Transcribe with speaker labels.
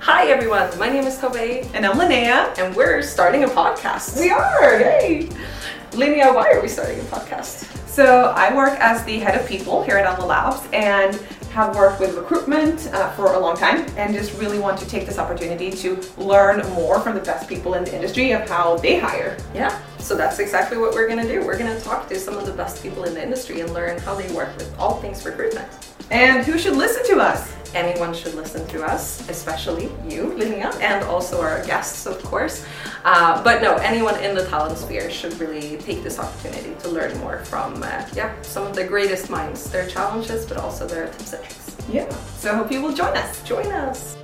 Speaker 1: Hi everyone, my name is Tobey,
Speaker 2: And I'm Linnea.
Speaker 1: and we're starting a podcast.
Speaker 2: We are!
Speaker 1: Yay! Linnea, why are we starting a podcast?
Speaker 2: So I work as the head of people here at Elma Labs and have worked with recruitment uh, for a long time and just really want to take this opportunity to learn more from the best people in the industry of how they hire.
Speaker 1: Yeah, so that's exactly what we're gonna do. We're gonna talk to some of the best people in the industry and learn how they work with all things recruitment.
Speaker 2: And who should listen to us?
Speaker 1: Anyone should listen to us, especially you, Linnea, and also our guests, of course. Uh, but no, anyone in the talent sphere should really take this opportunity to learn more from uh, yeah some of the greatest minds, their challenges, but also their tips and tricks.
Speaker 2: Yeah. So I hope you will join us.
Speaker 1: Join us.